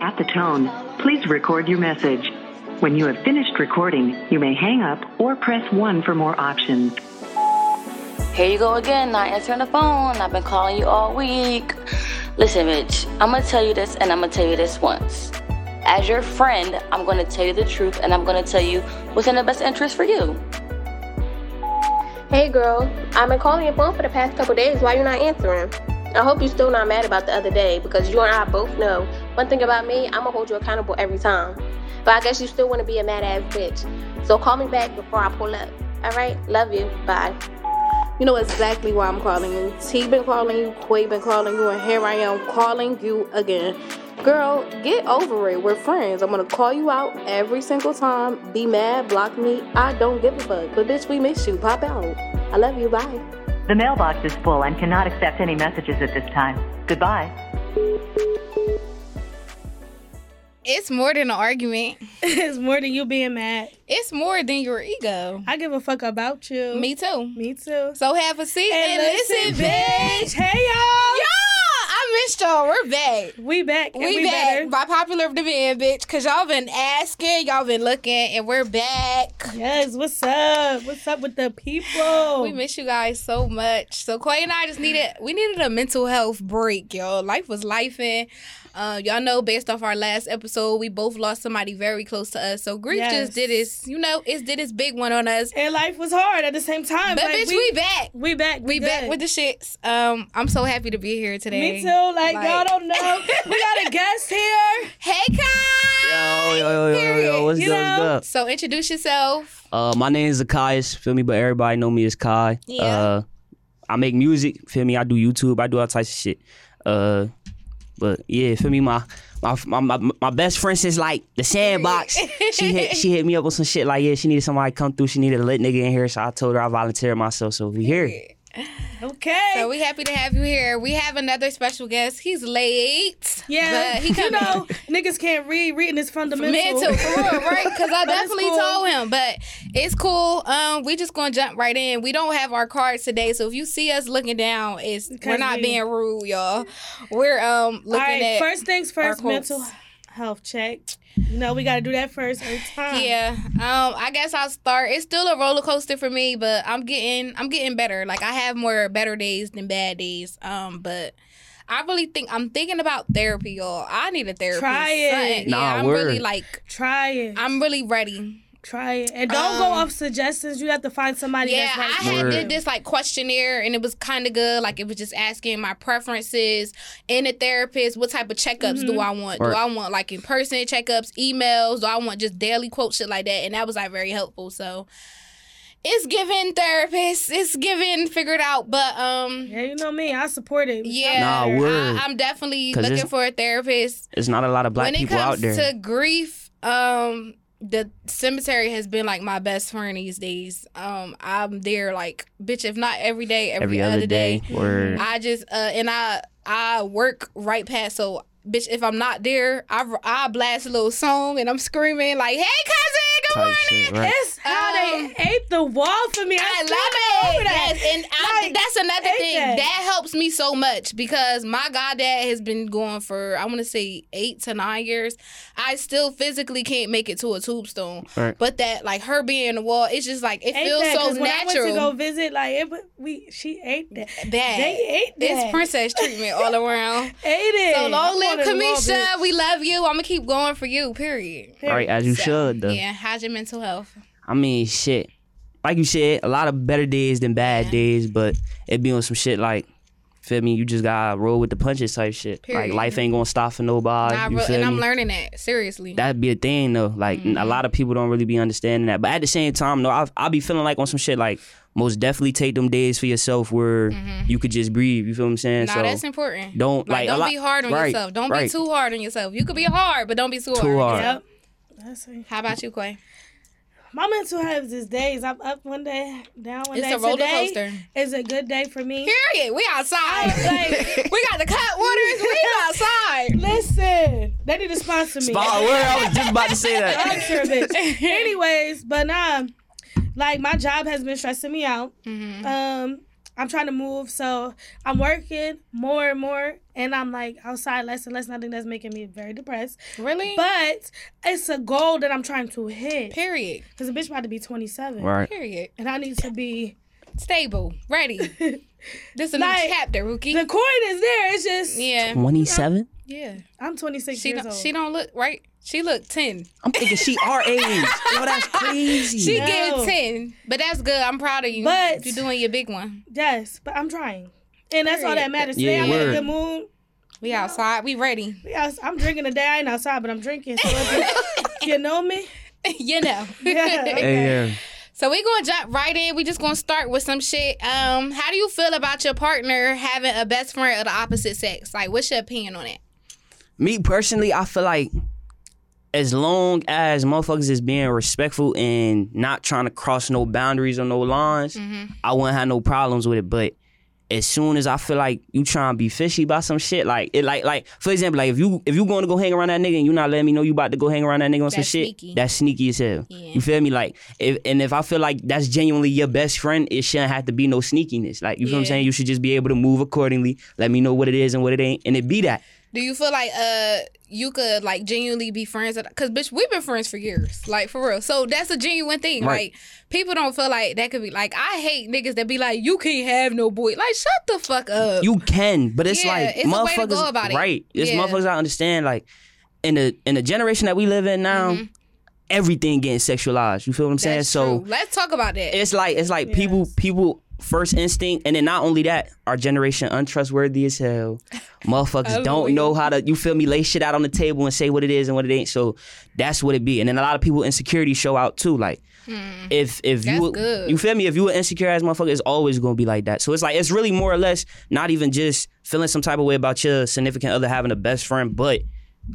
At the tone, please record your message. When you have finished recording, you may hang up or press 1 for more options. Here you go again, not answering the phone. I've been calling you all week. Listen, bitch, I'm gonna tell you this and I'm gonna tell you this once. As your friend, I'm gonna tell you the truth and I'm gonna tell you what's in the best interest for you. Hey girl, I've been calling your phone for the past couple days. Why you not answering? I hope you're still not mad about the other day because you and I both know one thing about me, I'm gonna hold you accountable every time. But I guess you still wanna be a mad ass bitch. So call me back before I pull up. All right, love you. Bye. You know exactly why I'm calling you. T been calling you, Quay been calling you, and here I am calling you again. Girl, get over it. We're friends. I'm gonna call you out every single time. Be mad, block me. I don't give a fuck. But bitch, we miss you. Pop out. I love you. Bye. The mailbox is full and cannot accept any messages at this time. Goodbye. It's more than an argument. it's more than you being mad. It's more than your ego. I give a fuck about you. Me too. Me too. So have a seat and, listen, bitch. Hey y'all. Y'all, I missed y'all. We're back. We back. and We, we back better. by popular demand, bitch. Cause y'all been asking, y'all been looking, and we're back. Yes. What's up? What's up with the people? We miss you guys so much. So Quay and I just needed we needed a mental health break, y'all. Life was life and uh, y'all know based off our last episode, we both lost somebody very close to us. So grief Yes. just did its, you know, it did its big one on us. and life was hard at the same time. But like, bitch, we, back. we back. We back good. with the shits. Um, I'm so happy to be here today. Me too. Like, y'all Like- don't know. we got a guest here. Hey, Kai. Yo, yo, yo, yo, yo, what's You good, what's know? good? So introduce yourself. Uh, my name is Zakaius, feel me? But everybody know me as Kai. Yeah. Uh, I make music, feel me? I do YouTube, I do all types of shit. Uh, but yeah, feel me? My my my my, my best friend since like the sandbox. she hit she hit me up with some shit like yeah, she needed somebody to come through. She needed a lit nigga in here, so I told her I volunteered myself. So we here. Okay. So we happy to have you here. We have another special guest. He's late. yeah. but he you coming. know, niggas can't read. Reading is fundamental. Mental, for real, right? Because I But it's definitely cool. told him, but it's cool. Um, we just gonna jump right in. We don't have our cards today, so if you see us looking down, it's we're Because not we- being rude, y'all. We're um looking All right. at first things first. quotes. Mental health check. You know, we got to do that first every time. Yeah. Um, I guess I'll start. It's still a roller coaster for me, but I'm getting I'm getting better. Like I have more better days than bad days. Um, but I really think I'm thinking about therapy, y'all. I need a therapy. Try it. Something. Nah, yeah, I'm really word. like Try it. I'm really ready. Try it. And don't go Um, off suggestions. You have to find somebody yeah, that's right. I for had Word. you. did this like questionnaire and it was kind of good. Like it was just asking my preferences in a therapist. What type of checkups do I want? Do Word. I want like in person checkups, emails? Do I want just daily quote shit like that? And that was like very helpful. So it's given therapist. It's given figured out. But um, Yeah, you know me. I support it. yeah, Nah, word. I, I'm definitely 'Cause looking it's- for a therapist. There's not a lot of black when it people comes out there. to grief, um, the cemetery has been like my best friend these days. Um, I'm there like, bitch, if not every day, every, every other day, or I just uh, and I I work right past so. Bitch, if I'm not there, I, I blast a little song and I'm screaming like, "Hey, cousin, good type morning!" shit, right? That's how Um, they ate the wall for me. I, I still love not it. over that. Yes, and I, Like, that's another take thing that. that. helps me so much because my goddad has been going for I want to say eight to nine years. I still physically can't make it to a tombstone, Right. but that like her being in the wall, it's just like it Ate feels that, so 'cause when I went to go natural. visit, like it, wa- we she ate that. Bad. They ate that. It's princess treatment all around. Ate it. So long I live wanted a wall, Kamisha. bitch. We love you. I'm gonna keep going for you. Period. right as you So, should. Though. Yeah. How's your mental health? I mean, shit. Like you said, a lot of better days than bad days, but it be on some shit like, feel me? You just gotta roll with the punches type shit. Period. Like life ain't gonna stop for nobody. Nah, you bro, feel and me? I'm learning Mm-hmm. that seriously. That'd be a thing though. Like a lot of people don't really be understanding that. But at the same time, though, I I be feeling like on some shit like most definitely take them days for yourself where you could just breathe. You feel what I'm saying? Mm-hmm. nah, so that's important. don't Like, like, don't a lot, be hard on right, yourself. Don't be right. too hard on yourself. You could be hard, but don't be too, hard. Too hard. Yep. That's it. How about you, Quay? My mental health is days. I'm up one day, down one It's day. a roller Today coaster. Is a good day for me. Period. We outside. like- we got the cut waters. We outside. Listen, they need to sponsor me. Spot word. I was just about to say I'm that. sure, bitch. Mm-hmm. Anyways, but nah, like my job has been stressing me out. Um, I'm trying to move, so I'm working more and more, and I'm like outside less and less. And I think that's making me very depressed. Really? But it's a goal that I'm trying to hit. period. Cause the bitch about to be 27, Right. Period. and I need to be. Stable. Ready. this is a Like- new chapter, Rookie. The coin is there. It's just yeah. Twenty seven. Yeah. I'm 26 She years don't, old. she don't look right. She look ten. I'm thinking she our age. Oh, that's crazy. She No. get ten, but that's good. I'm proud of you. But- you doing your big one. Yes, but I'm trying, and that's all that matters. Today Yeah, I'm in a word. good mood. We outside. We ready. Yes, I'm drinking today. I ain't outside, but I'm drinking. So if you, you know me. you know. Yeah. okay. Hey, yeah. So we gonna jump right in. We just gonna start with some shit. Um, how do you feel about your partner having a best friend of the opposite sex? Like, what's your opinion on it? Me personally, I feel like as long as motherfuckers is being respectful and not trying to cross no boundaries or no lines, Mm-hmm. I wouldn't have no problems with it. But as soon as I feel like you trying to be fishy about some shit, like it, like like for example, like if you if you going to go hang around that nigga and you not letting me know you about to go hang around that nigga on some That's shit, sneaky. that's sneaky as hell. Yeah. You feel me? Like if and if I feel like that's genuinely your best friend, it shouldn't have to be no sneakiness. Like you feel what I'm Yeah. saying? You should just be able to move accordingly. Let me know what it is and what it ain't, and it be that. Do you feel like uh you could like genuinely be friends? with- Cause bitch, we've been friends for years, like for real. So that's a genuine thing. Right. Like people don't feel like that could be like I hate niggas that be like you can't have no boy. Like shut the fuck up. You can, but it's Yeah, like it's a motherfuckers, way to go about it. right? It's Yeah. motherfuckers. I understand, like in the in the generation that we live in now, everything getting sexualized. You feel what I'm saying? Mm-hmm. That's so true. let's talk about that. it's like it's like people people first instinct, and then not only that, our generation untrustworthy as hell. Motherfuckers don't know how to you feel me lay shit out on the table and say what it is and what it ain't. So that's what it be. And then a lot of people insecurity show out too. Like if if Mm-hmm. That's you good. you feel me, if you an insecure ass motherfucker, it's always gonna be like that. So it's like it's really more or less not even just feeling some type of way about your significant other having a best friend, but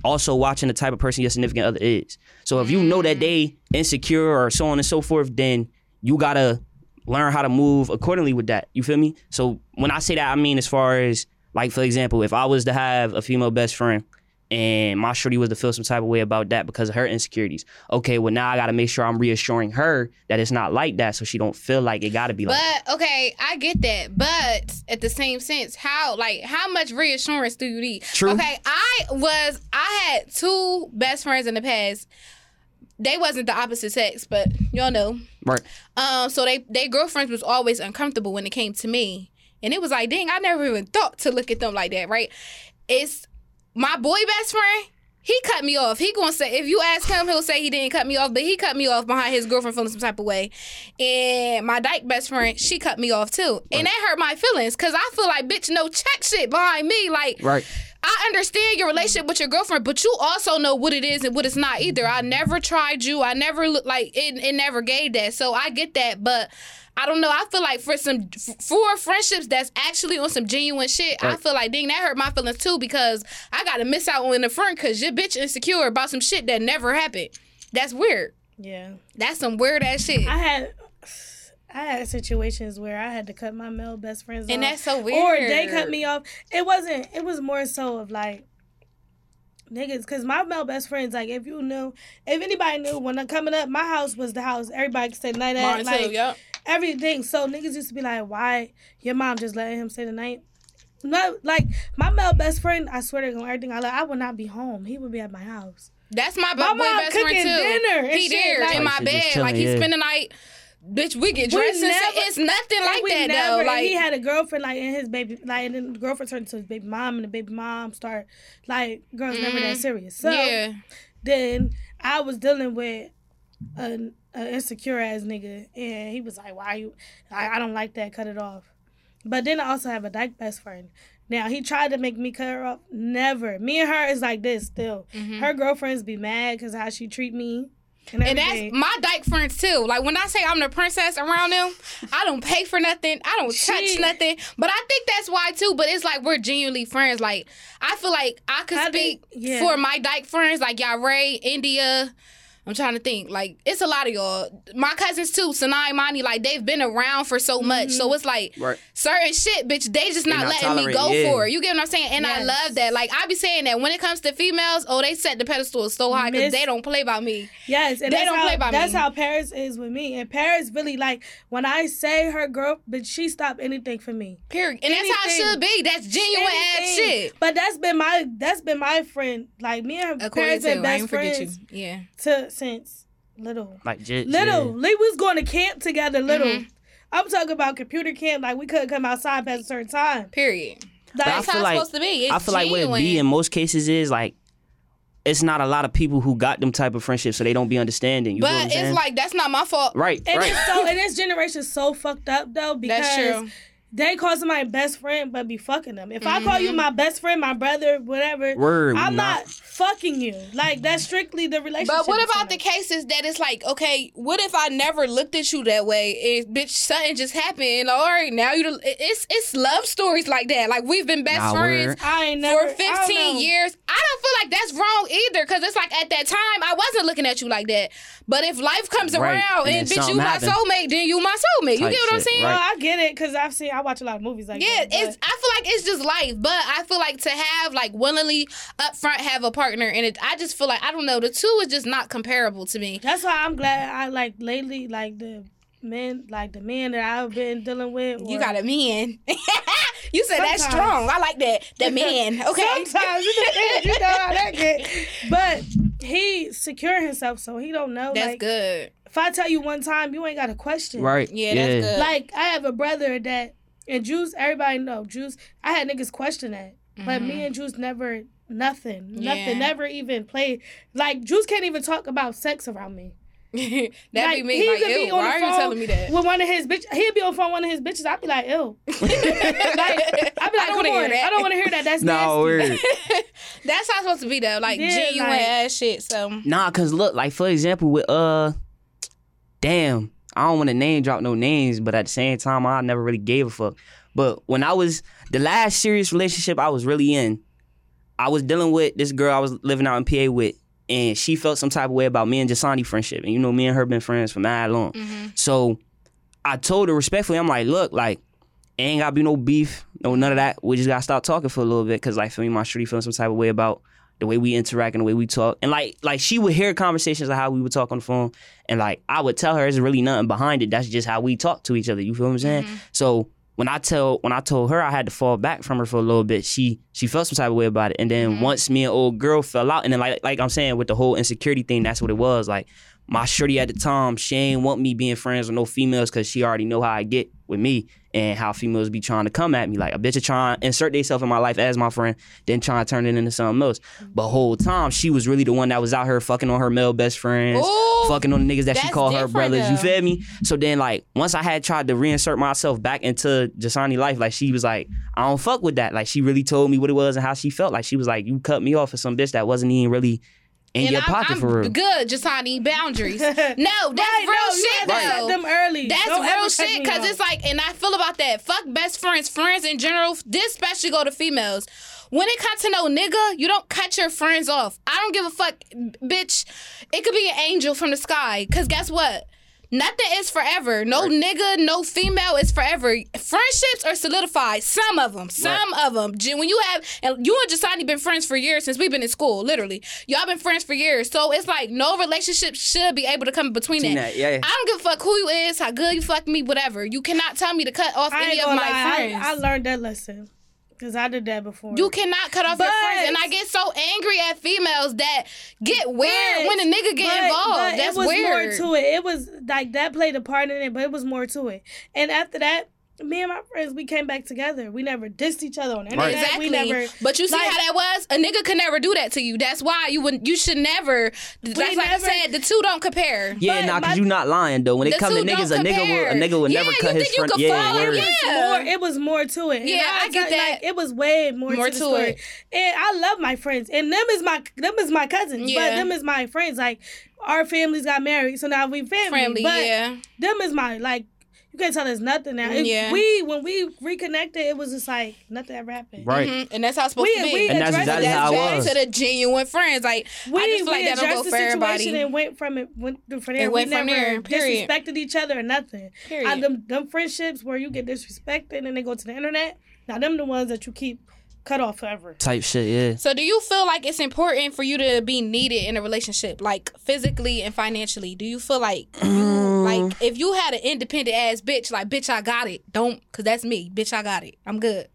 also watching the type of person your significant other is. So if you know that they Mm-hmm. insecure or so on and so forth, then you gotta learn how to move accordingly with that. You feel me? So when I say that, I mean as far as like for example, if I was to have a female best friend and my shorty was to feel some type of way about that because of her insecurities. Okay, well now I gotta make sure I'm reassuring her that it's not like that, so she don't feel like it gotta be like. that. But okay, I get that. But at the same sense, how like how much reassurance do you need? True. Okay, I was I had two best friends in the past. They wasn't the opposite sex, but y'all know. Right. Um, so they they girlfriends was always uncomfortable when it came to me, and it was like, dang, I never even thought to look at them like that, right? It's my boy best friend. He cut me off. He gonna say if you ask him, he'll say he didn't cut me off, but he cut me off behind his girlfriend feeling some type of way. And my dyke best friend, she cut me off too, and that hurt my feelings because I feel like bitch, no check shit behind me, like Right. I understand your relationship with your girlfriend, but you also know what it is and what it's not either. I never tried you. I never look like it. It never gave that. So I get that, but I don't know. I feel like for some for friendships that's actually on some genuine shit, I Right. feel like dang that hurt my feelings too because I got to miss out on a friend because your bitch insecure about some shit that never happened. That's weird. Yeah. That's some weird ass shit. I had I had situations where I had to cut my male best friends And off, that's so Or they weird. cut me off. It wasn't. It was more so of like niggas, because my male best friends, like if you knew, if anybody knew, when I'm coming up, my house was the house. Everybody could say night at, like everything. So niggas used to be like, why your mom just letting him stay the night? No, like my male best friend. I swear to God, everything I love, I would not be home. He would be at my house. That's my, b- My boy mom best friend cooking too. dinner and he shit, there like- in my Like, she just bed, chilling, like he yeah. spend the night. Bitch, we get We dressed. and never- say, it's nothing like we that never- though. Like he had a girlfriend, like and his baby, like and then the girlfriend turned into his baby mom, and the baby mom start like girls never that serious. So Mm-hmm. yeah, then I was dealing with an, an insecure ass nigga, and he was like, "Why you? I, I don't like that. Cut it off." But then I also have a dyke best friend. Now he tried to make me cut her off. Never. Me and her is like this still. Her girlfriends be mad because how she treat me. And, Mm-hmm. and that's everything. my dyke friends too. Like when I say I'm the princess around them, I don't pay for nothing. I don't touch Shit. nothing. But I think that's why too. But it's like we're genuinely friends. Like I feel like I could I speak think- yeah. for my dyke friends, like Yare, India. I'm trying to think. Like it's a lot of y'all. My cousins too, Sanai, Mani, like they've been around for so much. Mm-hmm. So it's like Right. certain shit, bitch, they just not, not letting me tolerant, go yeah. for it. You get what I'm saying? And I Yes. love that. Like I be saying that when it comes to females, oh, they set the pedestal so high because Miss- they don't play about me. Yes, and They that's don't how, play by That's me. how Paris is with me. And Paris really like when I say her girl, but she stopped anything for me. Period. And that's how it Anything. should be. That's genuine ass Anything. shit. But that's been my that's been my friend. Like me and her Aquaria Paris too. been I best ain't forget you. friends Yeah. to since little. Like just Little, we was going to camp together. Little, Mm-hmm. I'm talking about computer camp. Like we couldn't come outside past a certain time. Period. Like, I That's how feel it's like- supposed to be. It's I feel like what genuine. it be in most cases is like it's not a lot of people who got them type of friendships, so they don't be understanding. You know what I'm But saying? it's like that's not my fault. right, and right. it's so and this generation's so fucked up though because That's true. they call somebody best friend but be fucking them. If I call you Mm-hmm. my best friend, my brother, whatever, Word, we I'm not, not- fucking you. Like that's strictly the relationship. But what about the between cases that it's like, okay, what if I never looked at you that way? It, bitch, something just happened. And all right, now you. the- It's it's love stories like that. Like we've been best Nah, friends. word. them. I ain't never For 15 years, I don't feel like that's wrong either. Cause it's like at that time I wasn't looking at you like that. But if life comes Right, around and and, then bitch, you something my happened. soulmate, then you my soulmate. You Type get what I'm shit, saying? right. Well, I get it because I've seen I watch a lot of movies like Yeah, that. but- it's. I feel like it's just life, but I feel like to have like willingly upfront have a partner, and it. I just feel like I don't know. The two is just not comparable to me. that's why I'm glad I like lately like the men like the men that I've been dealing with. You or- got a man. you said that's Sometimes. strong. I like that. The man. Okay. Sometimes it depends, you know how that get. But he secure himself, so he don't know. That's like, good. If I tell you one time, you ain't got a question. Right. Yeah, that's good. Like I have a brother that and Jews, everybody know Jews. I had niggas question that, but me and Jews never nothing, nothing, Mm-hmm. Yeah. never even played. Like Jews can't even talk about sex around me. That'd be Like, me. Like, ew, why are you telling me that? With one of his bitch, he'd be on the phone with one of his bitches. I'd be like, ew. like, I'd be don't like, come wanna hear on, that. I don't want to hear that. That's Nah, nasty. word. That's how it's supposed to be though. Like Yeah, genuine like- ass shit. So Nah, cause look, like for example, with uh, damn, I don't want to name drop no names, but at the same time, I never really gave a fuck. But when I was the last serious relationship I was really in, I was dealing with this girl I was living out in PA with, and she felt some type of way about me and Jasani friendship, and you know, me and her been friends for mad long. So I told her respectfully, I'm like, look, like. Ain't gotta be no beef, no none of that. We just gotta stop talking for a little bit, cause like for me, my shorty feeling some type of way about the way we interact and the way we talk. And like like she would hear conversations of how we would talk on the phone. And like I would tell her there's really nothing behind it. That's just how we talk to each other. You feel what I'm saying? So when I tell when I told her I had to fall back from her for a little bit, she she felt some type of way about it. And then once me and old girl fell out, and then like like I'm saying with the whole insecurity thing, that's what it was. Like my shorty at the time, she ain't want me being friends with no females because she already know how I get with me and how females be trying to come at me. Like a bitch are trying to insert themselves in my life as my friend, then trying to turn it into something else. But whole time she was really the one that was out here fucking on her male best friends, Ooh, fucking on the niggas that she that's called her different, brothers. You though. feel me? So then like once I had tried to reinsert myself back into Jasani life, like she was like, I don't fuck with that. Like she really told me what it was and how she felt. Like she was like, you cut me off for some bitch that wasn't even really in and your I'm, pocket I'm for real. good, Jasani. Boundaries. no, that's No, real you shit had to set though. them early. That's Don't ever real cut shit me because off. it's like, and I feel about that. Fuck best friends, friends in general. This especially go to females. When it comes to no nigga, you don't cut your friends off. I don't give a fuck, bitch. It could be an angel from the sky. Cause guess what? Nothing is forever. No nigga, no female is forever. Friendships are solidified. Some of them. Some of 'em. of them. When you have, and you and Jasani been friends for years since we've been in school, literally. Y'all been friends for years. So it's like no relationship should be able to come between that. Between that, yeah, yeah. I don't give a fuck who you is, how good you fuck me, whatever. You cannot tell me to cut off I any ain't of gonna my lie, I- friends. I, learned that lesson because I did that before. you cannot cut off your But- friends, and I get so angry at females that get weird But- when a nigga get but- involved. but That's it was weird. more to it. It was like that played a part in it, but it was more to it. And after that, me and my friends, we came back together. We never dissed each other on anything. Exactly. We never, but you see like- how that was? A nigga could never do that to you. That's why you would. You should never. That's like never- I said. The two don't compare. Yeah, But nah, my- cause you not lying though. When The it comes to two don't niggas, a nigga will a compare. nigga will Yeah, never you cut his think you front. could Yeah, fall in? word. Yeah. more, it was more to it. And Yeah, I was get like- that. it was way more, More to, the to story. it. And I love my friends, and them is my them is my cousins, but Yeah. them is my friends. Like our families got married, so now we family. Friendly, but yeah. them is my like. you can't tell us nothing now. If Yeah. We when we reconnected, it was just like nothing ever happened. Right. Mhm, And that's how it's supposed We- to be. we And that's addressed exactly it. how I back was. to the genuine friends. Like We, I just feel like that we don't addressed go the for situation everybody. and went from it went through from there. It we went from never there, period. disrespected each other or nothing. Period. I, them them friendships where you get disrespected and they go to the internet. Now them the ones that you keep cut off forever. Type shit, yeah. so do you feel like it's important for you to be needed in a relationship, like physically and financially? Do you feel like Mm. you, like if you had an independent ass bitch, like bitch I got it. Don't cause that's me. Bitch I got it. I'm good.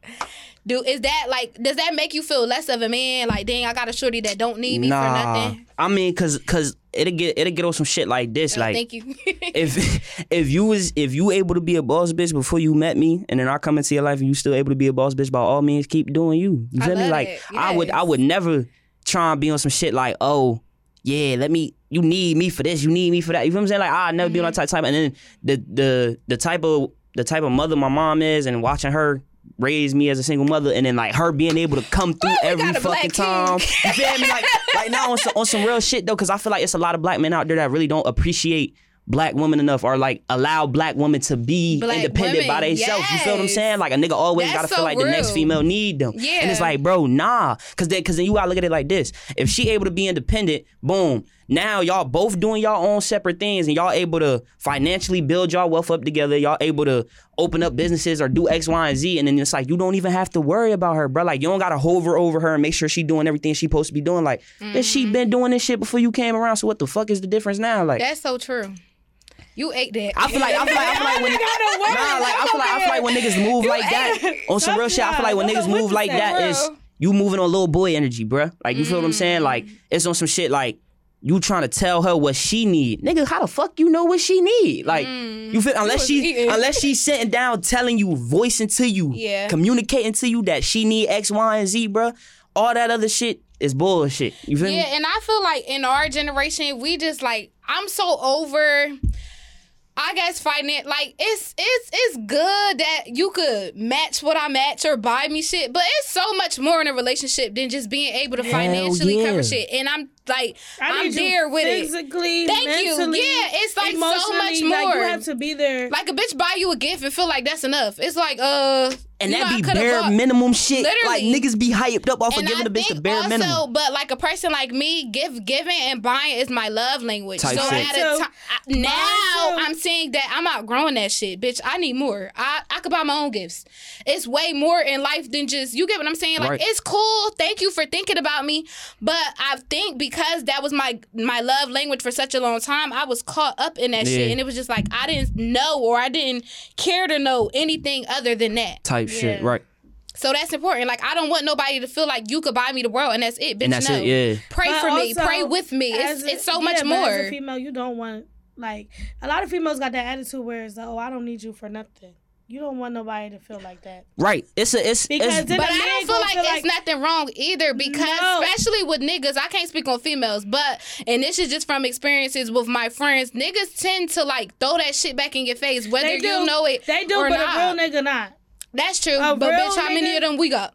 Do is that like does that make you feel less of a man? Like dang I got a shorty that don't need me for Nah. nothing. I mean, cause cause it'll get it'll get on some shit like this. Like Thank you. if if you was if you able to be a boss bitch before you met me, and then I come into your life and you still able to be a boss bitch, by all means, keep doing you. You I feel me? love Like it. I would I Yes. would never try and be on some shit like oh yeah let me you need me for this you need me for that you feel what I'm saying like I never be Mm-hmm. on that type type and then the the the type of the type of mother my mom is and watching her. Raise me as a single mother, and then like her being able to come through Oh, we every got a black fucking king. time. You feel me? Like, like now on some, on some real shit though, because I feel like it's a lot of black men out there that really don't appreciate black women enough or like allow black women to be Black independent by women, themselves. You feel what I'm yes. saying? Like a nigga always That's gotta so feel like the next real. female need them. And it's Yeah. like, bro, nah. Cause then cause then you gotta look at it like this. If she able to be independent, boom. Now y'all both doing y'all own separate things and y'all able to financially build y'all wealth up together. Y'all able to open up businesses or do X, Y, and Z. And then it's like you don't even have to worry about her, bro. Like you don't gotta hover over her and make sure she doing everything she supposed to be doing. Like, bitch, she been doing this shit before you came around. So what the fuck is the difference now? Like That's so true. You ate that. I feel like I feel like I feel like when nah, like I feel like I feel like when niggas move like that on some real shit. I feel like when Don't niggas know what move to like say. that is you moving on little boy energy, bruh. Like you feel what I'm Mm-hmm. saying? Like it's on some shit like. You trying to tell her what she need, nigga? How the fuck you know what she need? Like you feel unless she Mm. eating. unless she's sitting down telling you, voicing to you, Yeah. communicating to you that she need X, Y, and Z, bruh. All that other shit is bullshit. You feel me? Yeah, and I feel like in our generation, we just like I'm so over. I guess fighting it like it's it's it's good that you could match what I match or buy me shit, but it's so much more in a relationship than just being able to financially yeah. cover shit. And I'm like, I I'm need you there with it. physically, Thank you. mentally, Yeah, it's like so much emotionally, Like you more. have to be there. Like a bitch buy you a gift and feel like that's enough. It's like uh, And you know, I that be coulda bare bought- minimum shit. Like Literally. niggas be hyped up off of And giving I the bitch the think bare also, minimum. but like a person like me, give giving and buying is my love language. Type so shit. at Mine a too. ti- I- now too. I'm seeing that I'm outgrowing that shit, bitch. I need more. I I could buy my own gifts. It's way more in life than just you get what I'm saying. Like Right. it's cool. Thank you for thinking about me, but I think because that was my my love language for such a long time, I was caught up in that Yeah. shit, and it was just like I didn't know or I didn't care to know anything other than that. type shit, Yeah. right? So that's important. Like I don't want nobody to feel like you could buy me the world and that's it, bitch. And that's no. it, yeah. Pray But for me. also, Pray with me. It's, as a- it's so yeah, much but As a more. female, you don't want like a lot of females got that attitude where it's like, oh, I don't need you for nothing. You don't want nobody to feel like that. Right. It's a it's Because it's, then But a I man don't feel gonna like feel it's nothing wrong either because No. especially with niggas, I can't speak on females, but and this is just from experiences with my friends, niggas tend to like throw that shit back in your face, whether They do you know it. They do, or but not. a real nigga not. That's true. a But real bitch, how many nigga- of them we got?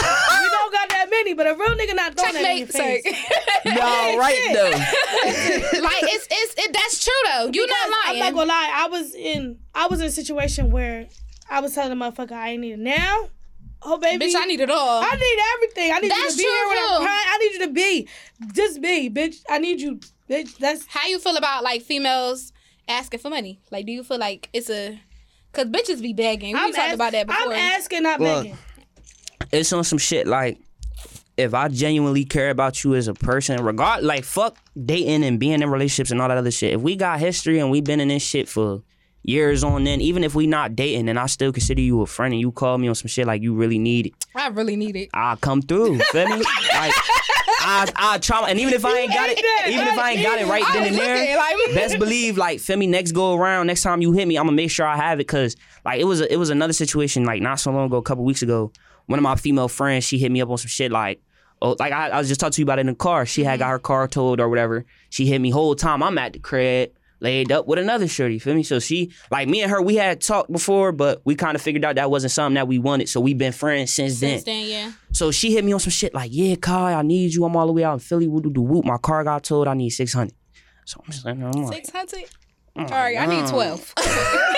You don't got that many, but a real nigga not throwing that in your Checkmate, sir. face. no right though. like it's it's it, that's true though. You're not lying. I'm not gonna lie. I was in I was in a situation where I was telling the motherfucker I ain't need it now. Oh baby, bitch, I need it all. I need everything. I need you That's to be true, here when I'm too. crying. I need you to be, just be, bitch. I need you, bitch. That's how you feel about like females asking for money? Like, do you feel like it's a because bitches be begging? We I'm talked ask- about that before. I'm asking, not Well, begging. It's on some shit like if I genuinely care about you as a person, regard like fuck dating and being in relationships and all that other shit. If we got history and we been in this shit for years on end, even if we not dating and I still consider you a friend and you call me on some shit like you really need it, I really need it. I'll come through. Feel me? Like I I try and even if I ain't got it, even if I ain't got it right then and there, best believe like feel me. Next go around, next time you hit me, I'm gonna make sure I have it because like it was a, it was another situation like not so long ago, a couple weeks ago. One of my female friends, she hit me up on some shit like. Oh, like I, I was just talking to you about it in the car. She had got her car towed or whatever. She hit me whole time. I'm at the crib, laid up with another shorty. Feel me? So she, like me and her, we had talked before, but we kind of figured out that wasn't something that we wanted. So we've been friends since then. Understand? Yeah. So she hit me on some shit like, yeah, Kai, I need you. I'm all the way out in Philly. Woo doo doo whoop. My car got towed. I need 600. So I'm just like, I'm like Six hundred. Oh, All right, I need twelve.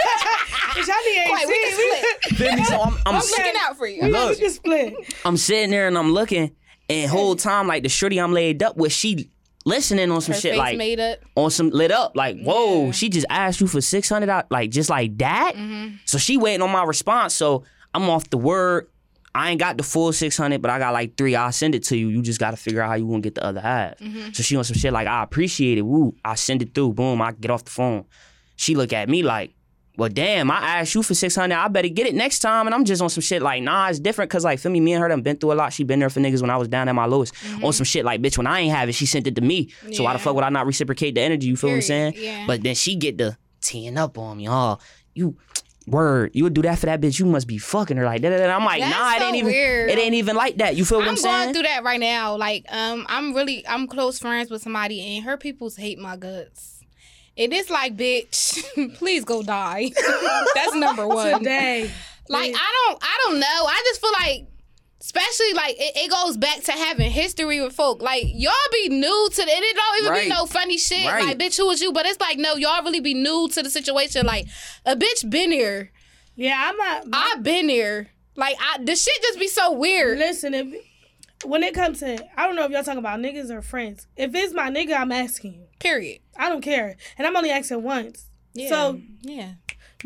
Bitch, I need 18. Wait, we can split. Feel me? So I'm, I'm, I'm looking out for you. look, We can split. I'm sitting there and I'm looking, and whole time like the shorty I'm laid up with, she listening on some Her shit face like made up. on some lit up like whoa, she just asked you for six hundred out like just like that. Mm-hmm. So she waiting on my response. So I'm off the word. I ain't got the full six hundred, but I got like three. I'll send it to you. You just gotta figure out how you gonna get the other half. So she on some shit like I appreciate it. Woo, I send it through. Boom, I get off the phone. She look at me like, well, damn, I asked you for 600. I better get it next time. And I'm just on some shit like, nah, it's different. Cause like, feel me, me and her done been through a lot. She been there for niggas when I was down at my lowest. On some shit like, bitch, when I ain't have it, she sent it to me. So why the fuck would I not reciprocate the energy? You feel what I'm saying? yeah. But then she get the teeing up on me. Oh, you, word, you would do that for that bitch. You must be fucking her like that. I'm like, That's nah, it so ain't even, weird. it ain't even like that. You feel what I'm, I'm saying? going through that right now. Like, um, I'm really I'm close friends with somebody, and her peoples hate my guts. It is like, bitch, please go die. That's number one. Dang. Like, I don't, I don't know. I just feel like, especially like, it, it goes back to having history with folk. Like, y'all be new to the, and it don't even Right. be no funny shit. Right. Like, bitch, who was you? But it's like, no, y'all really be new to the situation. Like, a bitch been here. Yeah, I'm not. I've been here. Like, I this shit just be so weird. Listen, if, when it comes to, I don't know if y'all talking about niggas or friends. If it's my nigga, I'm asking you. Period. I don't care, and I'm only asking once. So yeah.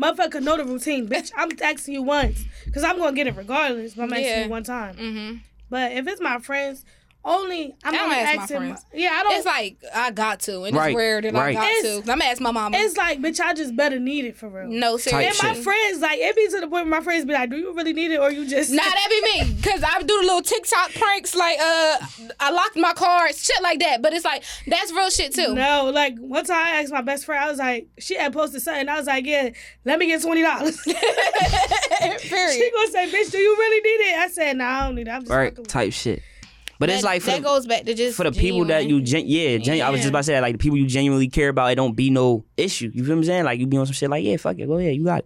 motherfucker, know the routine, bitch. I'm asking you once, cause I'm gonna get it regardless. But I'm asking Yeah. you one time. Mm-hmm. But if it's my friends, only I'm I don't only ask my asking. friends. yeah, I don't. It's like I got to, and Right, it's rare that right. I got It's- to. I'm gonna ask my mama. it's like, bitch, I just better need it for real. no, Type seriously. shit. My friends, like, it be to the point where my friends be like, do you really need it or you just. Nah, that be me. Cause I do the little TikTok pranks like uh I locked my cards, shit like that. But it's like that's real shit too. No, like one time I asked my best friend, I was like, she had posted something. I was like, yeah, let me get twenty dollars. she Period. gonna say, bitch, do you really need it? I said, nah, I don't need it. I'm just right, fucking with type shit. But it's That- like for that the- goes back to just for the people that you genuine. gen- yeah, gen- I was just Yeah. about to say that, like the people you genuinely care about, it don't be no issue. You feel what I'm saying? Like you be on some shit like, yeah, fuck it, go ahead, you got it.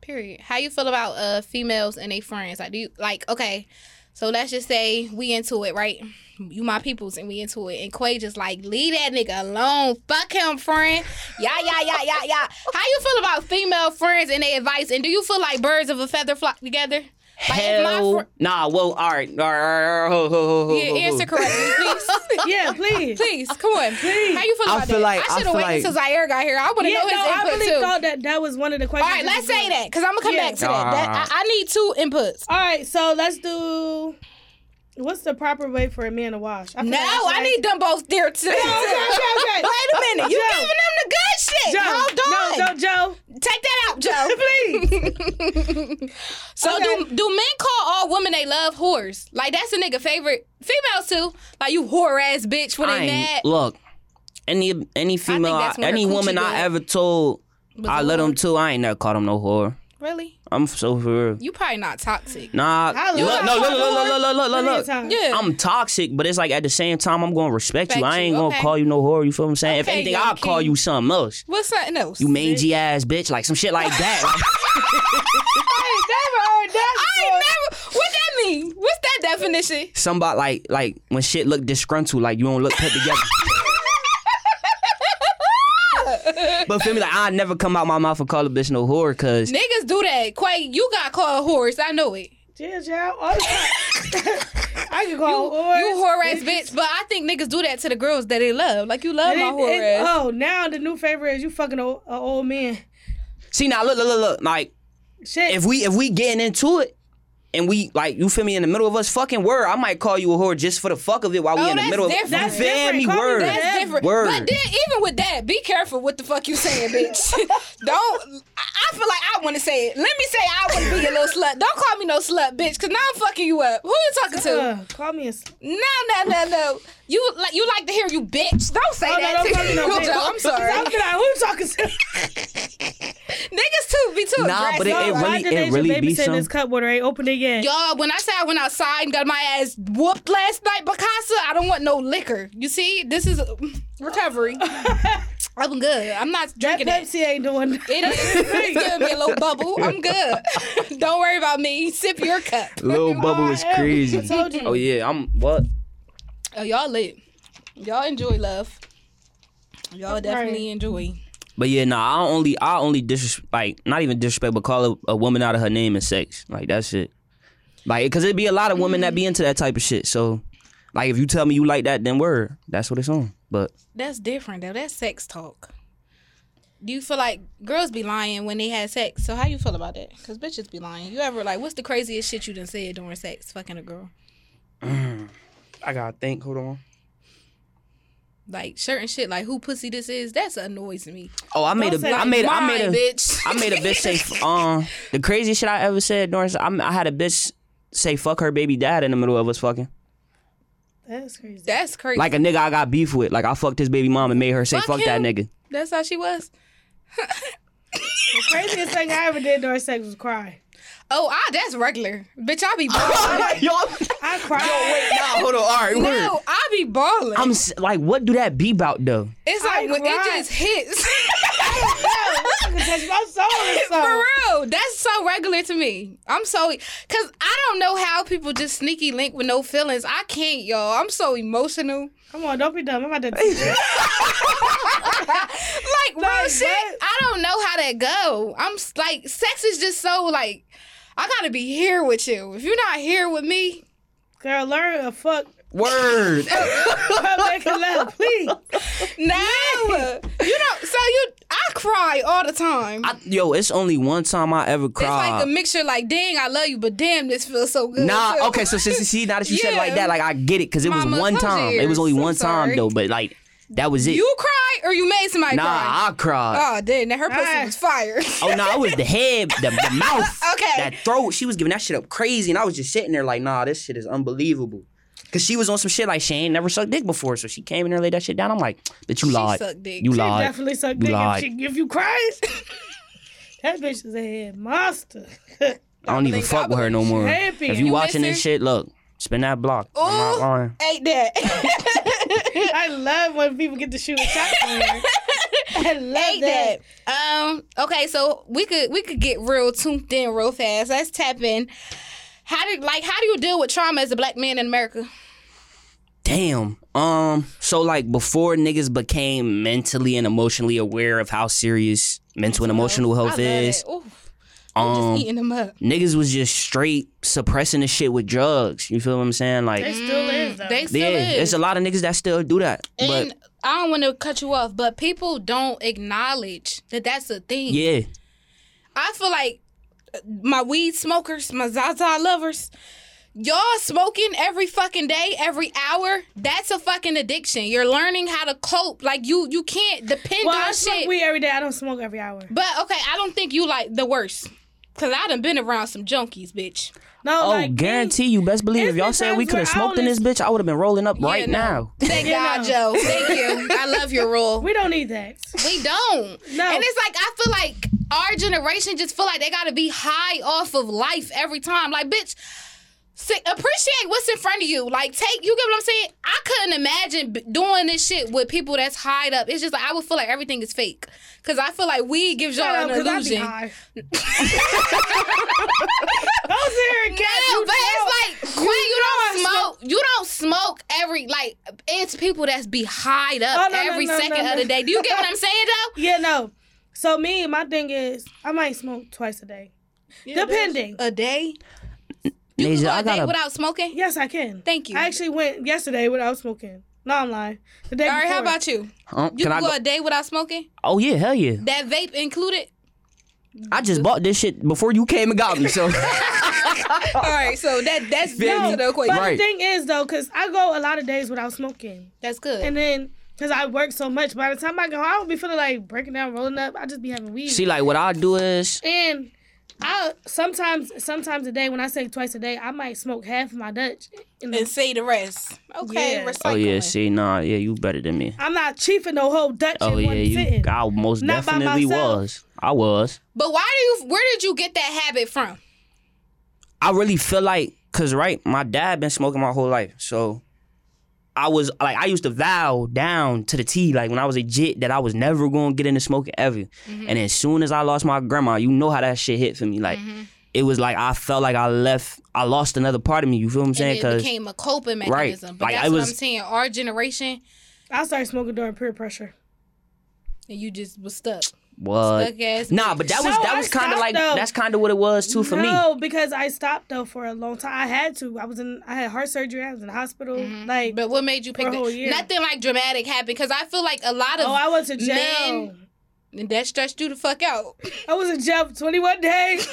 Period. How you feel about uh females and they friends? Like do you like okay, so let's just say we into it, right? You my peoples and we into it. And Quay just like leave that nigga alone. Fuck him, friend. Yeah, yeah, yeah, yeah, yeah. How you feel about female friends and their advice? And do you feel like birds of a feather flock together? Like, if my Hell, fr- nah. Well, all right, all right, all right, all right, ho, ho, ho, ho, ho, yeah, ho. answer correctly, please. you. Yeah, please. Please, come on. How you feel I about feel that? like- I I should feel have waited like- until Zaire got here. I want to Yeah, know his no, I input really too. thought that that was one of the All questions. right, let's you say were- that because I'm gonna come Yeah. back to that. that I, I need two inputs. All right, so let's do. What's the proper way for a man to wash? I feel No, like I should I ask- need them both there too. okay, okay. Wait a minute, you Joe. giving them the good shit? Joe. Hold on, No, no, Joe. take that out, Joe. Please. so do do men call all women they love whores? Like that's a nigga favorite. Females too. Like you whore ass bitch when I they ain't, mad. look, any any female, I that's when her any coochie woman I good. ever told, Was I a let whore. them to. I ain't never called them no whore. Really? I'm so for real. You probably not toxic. Nah, I love look, no, look, look, look, look, look, look, Plenty look, of times. Yeah. I'm toxic, but it's like at the same time I'm gonna respect, you. Respect I you, ain't gonna okay. call you no whore. You feel what I'm saying? if Okay, anything, young I'll call king. you something else. What's something else? You mangy ass bitch, like some shit like that. I ain't never. What that mean? What's that definition? Somebody like like when shit look disgruntled, like you don't look put together. but feel me, like I never come out my mouth and call a bitch no whore, cause Niggas do that. Quay, you got called whores. I know it. Yeah, Joe. all the time. I can call whores. You whore ass bitch. But I think niggas do that to the girls that they love. Like you love And my it- whore it- ass. oh, now the new favorite is you fucking an old man. see now look look look look like Shit. if we if we getting into it. And we like you feel me in the middle of us fucking word. I might call you a whore just for the fuck of it while Oh, we in the that's middle different. of That's Feel different. me, Call me word. that. That's different. Word. But then even with that, be careful what the fuck you saying, bitch. Don't. I, I feel like I want to say it. Let me say I want to be your little slut. Don't call me no slut, bitch, because now I'm fucking you up. Who you talking to? Uh, call me a. s- No, no, no, no. You like you like to hear you bitch. Don't say Oh, no, that don't call to me. me no bitch. I'm sorry. I'm like, who you talking to? Niggas too be too Nah, aggressive. but it- it Why really- did they it really just be babysitting some- this cup water ain't open it yet? Y'all, when I say I went outside and got my ass whooped last night by Casa, I don't want no liquor. You see, this is uh, recovery. I'm good. I'm not that drinking it. Pepsi ain't doing. It is it's giving me a little bubble. I'm good. don't worry about me. Sip your cup. Little bubble is crazy. Oh yeah, I'm what? Oh, y'all lit. Y'all enjoy love. Y'all definitely enjoy But yeah, nah, I only I only disrespect like not even disrespect, but call a, a woman out of her name and sex. Like that's it. Like because it'd be a lot of women that be into that type of shit. So like if you tell me you like that, then word, that's what it's on. But That's different though. That's sex talk. Do you feel like girls be lying when they had sex? So how you feel about that? Cause bitches be lying. You ever like what's the craziest shit you done said during sex? Fucking a girl. I gotta think. Hold on. Like certain shit like who pussy this is, that's annoys me. Oh, I made a, I made a, I made a, Mine, bitch. I made a bitch say, um, the craziest shit I ever said, Doris. I, I had a bitch say, fuck her baby dad in the middle of us fucking. That's crazy. That's crazy. Like a nigga I got beef with. Like I fucked his baby mom and made her say, fuck, Fuck that him. nigga. that's how she was. the craziest thing I ever did during sex was cry. Oh, ah, that's regular. Bitch, I be Yo, balling. I cried. nah, hold on. All right, no, I be balling. I'm s- like, what do that be about though? it's I like when cried. it just hits. I could touch my soul or For something. real, that's so regular to me. I'm so because I don't know how people just sneaky link with no feelings. I can't, y'all. I'm so emotional. Come on, don't be dumb. I'm about to teach you. Like real Like, shit. that- I don't know how that go. I'm s- like, sex is just so like. I gotta be here with you. If you're not here with me, Girl, learn a fuck. Word. Make a love, please. no, you don't. So you, I cry all the time. I, yo, it's only one time I ever it's cried. like a mixture. Like, dang, I love you, but damn, this feels so good. Nah, okay, so since see now that you said it like Yeah. that, like I get it, cause it was Mama, one close your time. It was ears. only I'm one sorry. time though, but like that was it. you cry or you made somebody nah, cry. I cried. Oh, dang, that her pussy was fire. Oh no, it was the head, the, the mouth, Okay. that throat. She was giving that shit up crazy, and I was just sitting there like, nah, this shit is unbelievable. Cause she was on some shit like she ain't never sucked dick before, so she came in there laid that shit down. I'm like, bitch, you lied, sucked dick. you She lied, Definitely suck you dick if, lied. she, if you cry. that bitch is a head monster. I don't even fuck with her no more. happy. If you, You watching miss Oh. this shit, look, spin that block. I'm Ooh. not lying. Ain't that. I love when people get to shoot a shot from her. I love Ain't that. that. Um, okay, so we could we could get real tuned in real fast. Let's tap in. How did like how do you deal with trauma as a black man in America? Damn. Um. So like before niggas became mentally and emotionally aware of how serious mental and emotional health I love is, that. Ooh, um, just eating them up. niggas was just straight suppressing the shit with drugs. You feel what I'm saying? Like, It still is, though. They still yeah, is. it's a lot of niggas that still do that. and but I don't want to cut you off, but people don't acknowledge that that's a thing. yeah, I feel like uh, my weed smokers, my Zaza lovers, y'all smoking every fucking day, every hour. That's a fucking addiction. You're learning how to cope. Like you, you can't depend well, on I smoke shit. weed every day. I don't smoke every hour. But okay, I don't think you like the worst. Cause I done been around some junkies, bitch. No, oh, like, guarantee you, best believe it's if y'all been said we times could have where I smoked in only- this bitch, I would have been rolling up right no. now. Thank Yeah, God, no. Joe. Thank you. I love your rule. We don't need that. We don't. No. And it's like I feel like our generation just feel like they gotta be high off of life every time. Like, bitch, si- appreciate what's in front of you. Like, take you get what I'm saying? I couldn't imagine b- doing this shit with people that's high up. It's just like I would feel like everything is fake. Cause I feel like weed gives y'all an Because I be illusion. high. Those here No, cats, you but it's like Quinn, you don't know I smoke. You don't smoke every like. It's people that's be high Oh, up no, no, every no, no, second no. of the day. Do you get what I'm saying though? Yeah, no. So me, my thing is, I might smoke twice a day, depending. A day. You can Nigga, go I a day gotta. without smoking. yes, I can. Thank you. I actually went yesterday without smoking. No, I'm lying. The day All right, before. how about you? Huh? You can I can go? go a day without smoking. Oh yeah, hell yeah. That vape included. I just bought this shit before you came and got me. So All right, so that that's No, down to the equation. Oh. But Right. the thing is though, because I go a lot of days without smoking, That's good. and then because I work so much, by the time I go, home, I don't be feeling like breaking down, rolling up. I just be having weed. see, like what I do is and I sometimes sometimes a day when I say twice a day, I might smoke half of my Dutch. And and say the rest. Okay, Yeah. recycling. Oh yeah, see, nah, yeah, you better than me. I'm not chiefing no whole Dutch Oh in yeah, one you. sitting. I most Not by definitely myself. was. I was. But why do you? Where did you get that habit from? I really feel like, cause right, my dad been smoking my whole life, so I was like, I used to vow down to the T, like when I was a jit, that I was never gonna get into smoking ever. And as soon as I lost my grandma, you know how that shit hit for me, like. It was like I felt like I left, I lost another part of me. You feel what I'm And saying? it became a coping mechanism. But Like, that's I what was- I'm saying. Our generation. I started smoking during peer pressure. And you just was stuck. What? Stuck ass Nah, but that was No, that I was kind of stopped like though. that's kind of what it was too for me. no, because I stopped though for a long time. I had to. I was in. I had heart surgery. I was in the hospital. Like, Mm-hmm. But what made you pick For a whole that? year. Nothing like dramatic happened because I feel like a lot of oh, I went to jail. men- and that stretched you the fuck out. I was in jail for 21 days.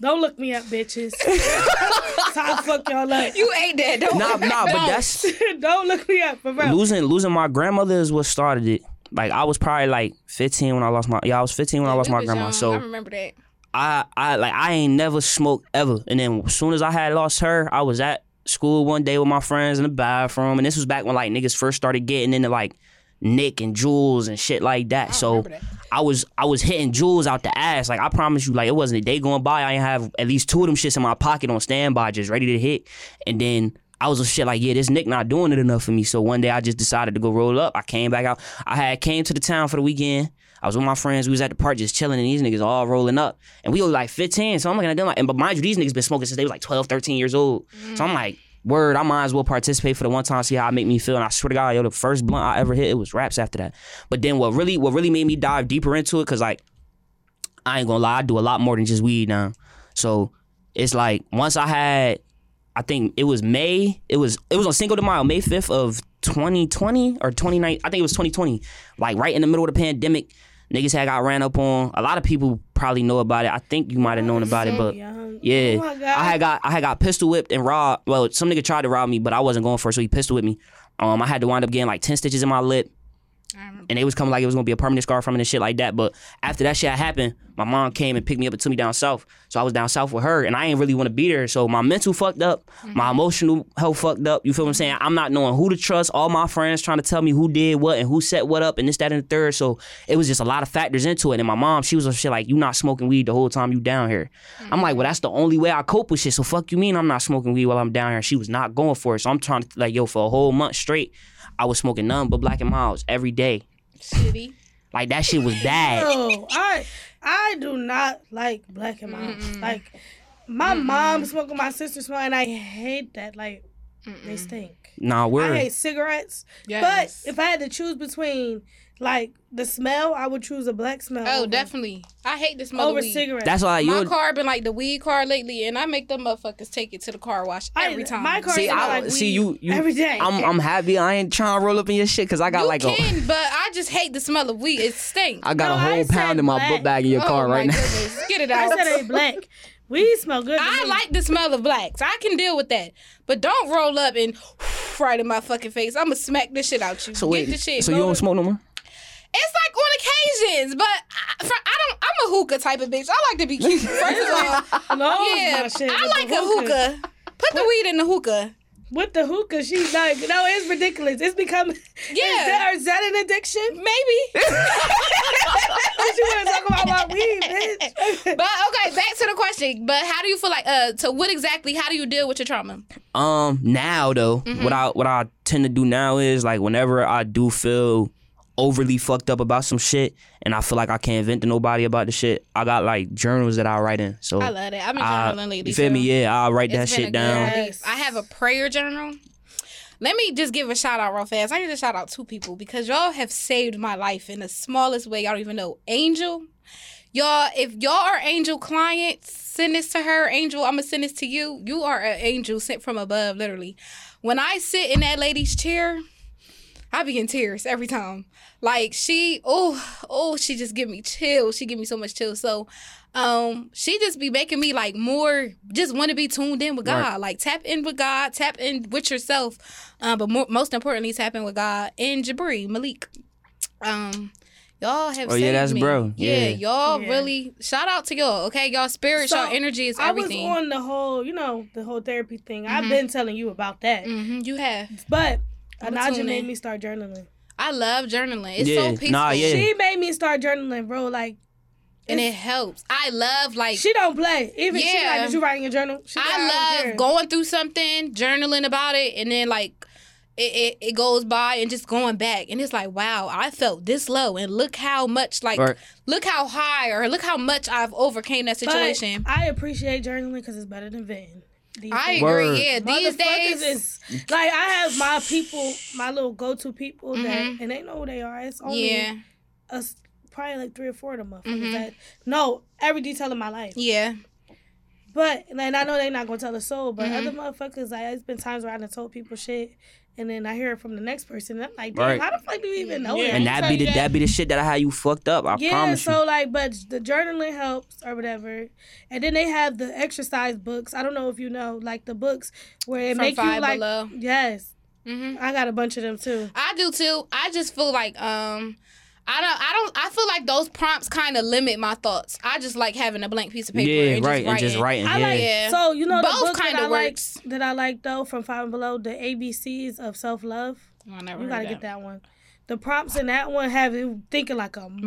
Don't look me up, bitches. That's how I fuck y'all up. You ain't that. Don't Nah, nah, but that's Don't look me up, for real. losing losing my grandmother is what started it. Like I was probably like 15 when I lost my yeah I was 15 when I lost We my was grandma. young. So I remember that. I, I like I ain't never smoked ever. And then as soon as I had lost her, I was at school one day with my friends in the bathroom, and this was back when like niggas first started getting into like Nick and Jules and shit like that. so I was I was hitting Jules out the ass. Like I promise you, like it wasn't a day going by I ain't have at least two of them shits in my pocket on standby, just ready to hit. And then. I was a shit like, yeah, this Nick not doing it enough for me. So one day I just decided to go roll up. I came back out. I had came to the town for the weekend. I was with my friends. We was at the park just chilling, and these niggas all rolling up. And we were like 15. So I'm looking at them like, and but mind you, these niggas been smoking since they was like 12, 13 years old. So I'm like, word, I might as well participate for the one time, see how it make me feel. And I swear to God, yo, the first blunt I ever hit, it was raps after that. But then what really, what really made me dive deeper into it, cause like, I ain't gonna lie, I do a lot more than just weed now. So it's like once I had, I think it was May, it was it was on Cinco de Mayo, May 5th of 2020 or 29, I think it was 2020. Like right in the middle of the pandemic, niggas had got ran up on. A lot of people probably know about it. I think you might have known about it, but young. yeah, Oh my God. I had got I had got pistol whipped and robbed. Well, some nigga tried to rob me, but I wasn't going for it, so he pistol whipped me. Um, I had to wind up getting like ten stitches in my lip and they was coming like it was gonna be a permanent scar from it and shit like that. But after that shit happened, my mom came and picked me up and took me down south. So I was down south with her, and I ain't really want to be there. So my mental fucked up, my emotional health fucked up. You feel what I'm saying? I'm not knowing who to trust. All my friends trying to tell me who did what and who set what up and this, that, and the third. So it was just a lot of factors into it. And my mom, she was like, shit like, "You not smoking weed the whole time you down here." I'm like, "Well, that's the only way I cope with shit." So fuck you mean I'm not smoking weed while I'm down here? She was not going for it. So I'm trying to like, yo, for a whole month straight. I was smoking none but black and miles every day. Shitty. Like that shit was bad. No, Oh, I I do not like black and miles. Like my mom smoking, my sister smoking, and I hate that. Like they stink. Nah, I we're hate cigarettes. Yes. But if I had to choose between like the smell, I would choose a black smell. Oh, over- definitely. I hate this over mother weed. cigarettes. that's My why you car been like the weed car lately, and I make them motherfuckers take it to the car wash I- every time. My car see. smell I like see weed you. You every day. I'm I'm happy. I ain't trying to roll up in your shit because I got you like can, a but I just hate the smell of weed. It stinks. I got No, a I whole said pound in my black. book bag in your car oh, right my now. Goodness. Get it I out. said they black. We smell good. to I me. like the smell of blacks. I can deal with that. But don't roll up and right in my fucking face. I'ma smack this shit out you. So Get wait, the shit. so you don't loaded. smoke no more? It's like on occasions, but I, for, I don't. I'm a hookah type of bitch. I like to be cute. First of all, Loads Oh my yeah, shit I with the like a hookah. Put the weed in the hookah. with the hookah. She's like, no, it's ridiculous. It's becoming. Is Yeah. that, is that an addiction? Maybe, What you want to talk about my weed, bitch? but okay. Back to the question. But how do you feel like? Uh, so what exactly? How do you deal with your trauma? Um, now though, Mm-hmm. what I what I tend to do now is like whenever I do feel overly fucked up about some shit, and I feel like I can't vent to nobody about the shit, I got like journals that I write in. So I love that. I've been Oh. I- journaling lately. you feel me? too. Yeah, I will write that It's been shit a good down. relief. I have a prayer journal. Let me just give a shout out real fast. I need to shout out two people because y'all have saved my life in the smallest way. Y'all don't even know. Angel, y'all, if y'all are Angel clients, send this to her. Angel, I'm gonna send this to you. You are an angel sent from above, literally. When I sit in that lady's chair, I be in tears every time. Like she, oh, oh, she just give me chills. She give me so much chills. So, um, she just be making me like more, just want to be tuned in with God. Like tap in with God, tap in with yourself. Um, but more, most importantly, tap in with God and Jabri Malik. Um, y'all have. Oh, yeah, saved that's me. bro. Yeah. y'all Yeah. really shout out to y'all. Okay, y'all spirit, So, y'all energy is I was everything. Mm-hmm. on the whole, you know, the whole therapy thing. I've been telling you about that, hmm you have. but I'ma Anaja tune made in. me start journaling. I love journaling. It's Yeah. so peaceful. Nah, yeah. She made me start journaling, bro. Like and it helps. I love like she don't play. Even she Yeah. like, did you writing a journal? She like, I don't love care. going through something, journaling about it, and then like it, it, it goes by and just going back and it's like wow i felt this low and look how much like Right. look how high or look how much i've overcame that But situation I appreciate journaling because it's better than venting. These i days. agree Word. yeah these Motherfuckers days is like I have my people, my little go to people that, and they know who they are. It's only Mm-hmm. yeah a s probably like three or four of them motherfuckers that know every detail of my life. Mm-hmm. Yeah. But and I know they're not gonna tell a soul, but other Mm-hmm. motherfuckers like it's been times where I done told people shit and then I hear it from the next person and I'm like, damn, Right. how the fuck do you even know Yeah. that? And that be the that be the shit that I had you fucked up. I Yeah, promise so like, but the journaling helps or whatever, and then they have the exercise books. I don't know if you know, like the books where it From make you Five like, Below. yes, Mm-hmm. I got a bunch of them too. I do too. I just feel like um I don't I don't I feel like those prompts kind of limit my thoughts. I just like having a blank piece of you. paper Yeah, and right, just and just writing. I yeah. like Yeah. so you know Both the book that kinda I works. like that I like though from Five and Below, the ABCs of self love. I never You heard gotta get that one. The prompts in that one have you thinking like a motherfucker,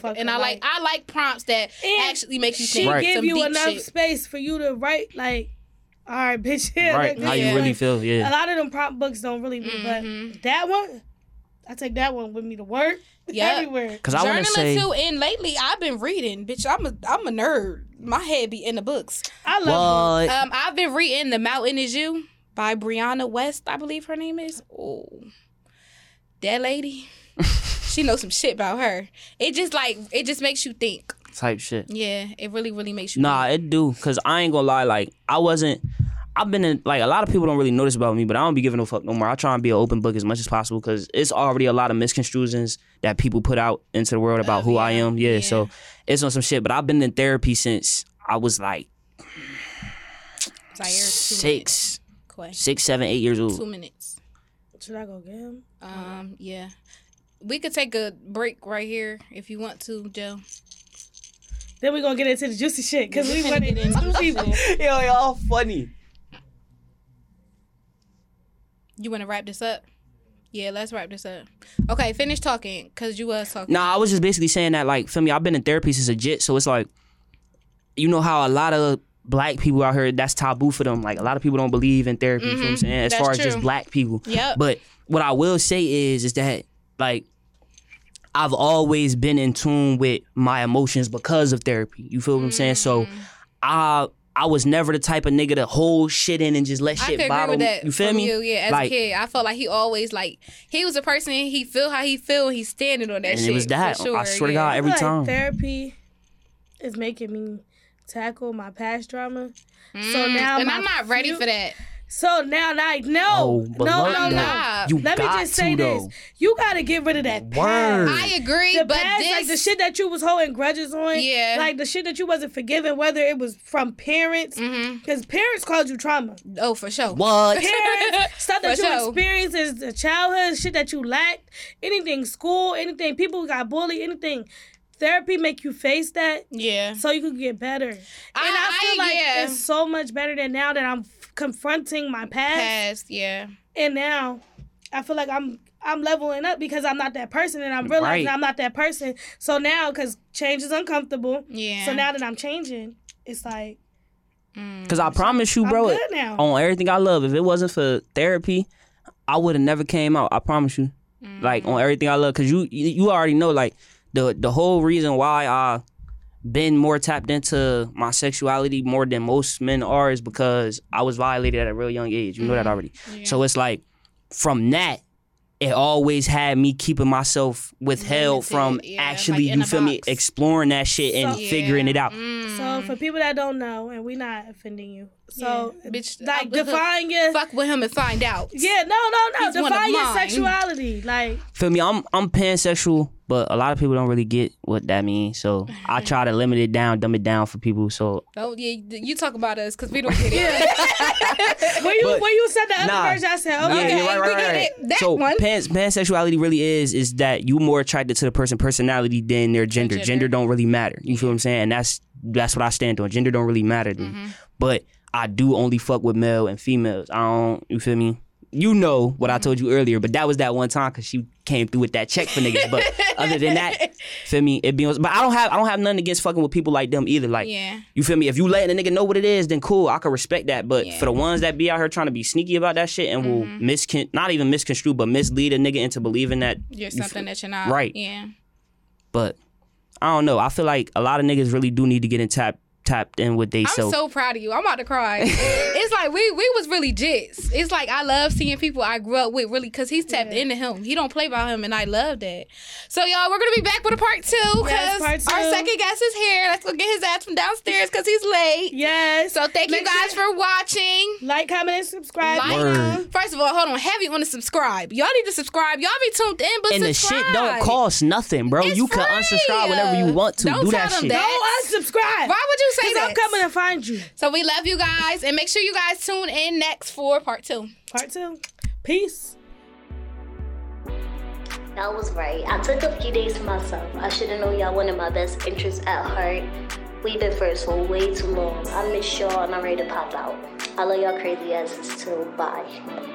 Motherfucker. And I like I like prompts that And actually make you she think Right. some give you deep enough shit. space for you to write like, all right, bitch, yeah, right, nigga, how you yeah. really like, feel. A Yeah. lot of them prompt books don't really, be, Mm-hmm. but that one, I take that one with me to work. Yep. everywhere. Cause I wanna Journaling say too, and lately I've been reading, bitch. I'm a I'm a nerd. My head be in the books. I love. Uh, what? Um, I've been reading "The Mountain Is You" by Brianna West, I believe her name is. Oh, that lady, she knows some shit about her. It just like it just makes you think. type shit. Yeah, it really really makes you. Nah, it do. Cause I ain't gonna lie, like I wasn't. I've been in like a lot of people don't really know this about me, but I don't be giving no fuck no more. I try and be an open book as much as possible because it's already a lot of misconstructions that people put out into the world about Oh, who I am. Yeah, so it's on some shit. But I've been in therapy since I was like think. Zaire, two six, minutes. six, seven, eight years Two old. minutes. Should I go get him? Um, yeah, we could take a break right here if you want to, Joe. Then we gonna get into the juicy shit because we went in two people. Yo, y'all funny. You want to wrap this up? Yeah, let's wrap this up. Okay, finish talking because you was talking. Nah, I was just basically saying that, like, feel me, I've been in therapy since a jit, so it's like, you know how a lot of black people out here, that's taboo for them. Like, a lot of people don't believe in therapy, you feel what I'm saying? As Mm-hmm. that's far as just true. black people. Yep. But what I will say is, is that, like, I've always been in tune with my emotions because of therapy. You feel what I'm saying? Mm. So, I. I was never the type of nigga to hold shit in and just let I shit could agree bottle. with that. you feel from me? You, yeah, as like, a kid, I felt like he always like he was a person. He feel how he feel. He's standing on that and shit. it was for that. Sure, I swear yeah. to God, every like time. therapy is making me tackle my past drama. So now Mm, and my I'm not ready fu- for that. So now, like, no, but no, no, look, though, no. no. oh, You Let me got just say to, this: though. you gotta get rid of that Word. past. I agree, The but past, this like the shit that you was holding grudges on, Yeah. like the shit that you wasn't forgiving, whether it was from parents, Mm-hmm. because parents caused you trauma. Oh, for sure. What? parents, stuff that For you sure. experienced as a childhood, shit that you lacked, anything school, anything people who got bullied, anything. Therapy make you face that Yeah. so you could get better. And I, I- feel I- like yeah. it's so much better than now that I'm f- confronting my past, Past. Yeah. and now I feel like I'm I'm leveling up because I'm not that person and I'm realizing Right. I'm not that person. So now cuz change is uncomfortable. Yeah. So now that I'm changing, it's like Because Mm. I promise you, I'm bro, good now. on everything I love, if it wasn't for therapy, I would have never came out. I promise you. Like Mm. on everything I love, because you you already know like the the whole reason why I been more tapped into my sexuality more than most men are is because I was violated at a real young age. You know Mm. that already. So it's like from that. It always had me keeping myself withheld Limited, from yeah, like actually, in you a feel me, box. exploring that shit and So- figuring it out. Mm. So for people that don't know, and we not offending you, so Yeah. Bitch, like I- define your Fuck with him and find out. yeah, no, no, He's no, one of define your mine. sexuality, like Feel me? I'm I'm pansexual, but a lot of people don't really get what that means. So I try to limit it down, dumb it down for people. So Oh yeah. You talk about us because we don't get it. when you But- when you said the other nah. version, I said okay, yeah, right, we get it. That so one. Pans, pansexuality really is is that you more attracted to the person personality than their gender. Gender, don't really matter. You feel what I'm saying? And that's that's what I stand on. Gender don't really matter to me. But I do only fuck with male and females. I don't. You feel me? You know what I told you earlier, but that was that one time because she came through with that check for niggas. But other than that, feel me? It be. But I don't have I don't have nothing against fucking with people like them either. Like Yeah. You feel me? If you letting a nigga know what it is, then cool. I can respect that. But for the ones that be out here trying to be sneaky about that shit and will Mm-hmm. miscon not even misconstrue, but mislead a nigga into believing that. You're something that you're not. Right. Yeah. But I don't know. I feel like a lot of niggas really do need to get in tap tapped in with they I'm self. so proud of you. I'm about to cry. it's like we we was really jits. It's like I love seeing people I grew up with really because he's tapped into him. He don't play by him, and I love that. So y'all, we're gonna be back with a part two Yes, because part our two. second guest is here. Let's go get his ass from downstairs because he's late. Yes. So thank you Make guys sure- for watching. like, comment, and subscribe. Like, Word. first of all, hold on, heavy on the subscribe. Y'all need to subscribe. Y'all be tuned in, but and the subscribe. shit don't cost nothing, bro. It's you can free. unsubscribe whenever you want to. Don't Do tell that them shit. that. Go unsubscribe. Why would you say Because I'm that? coming to find you. So we love you guys, and make sure you guys tune in next for part two. Part two. Peace. Y'all was right. I took a few days to myself. I should have known y'all wanted my best interests at heart. We've been friends for way too long. I miss y'all and I'm ready to pop out. I love y'all crazy asses too. Bye.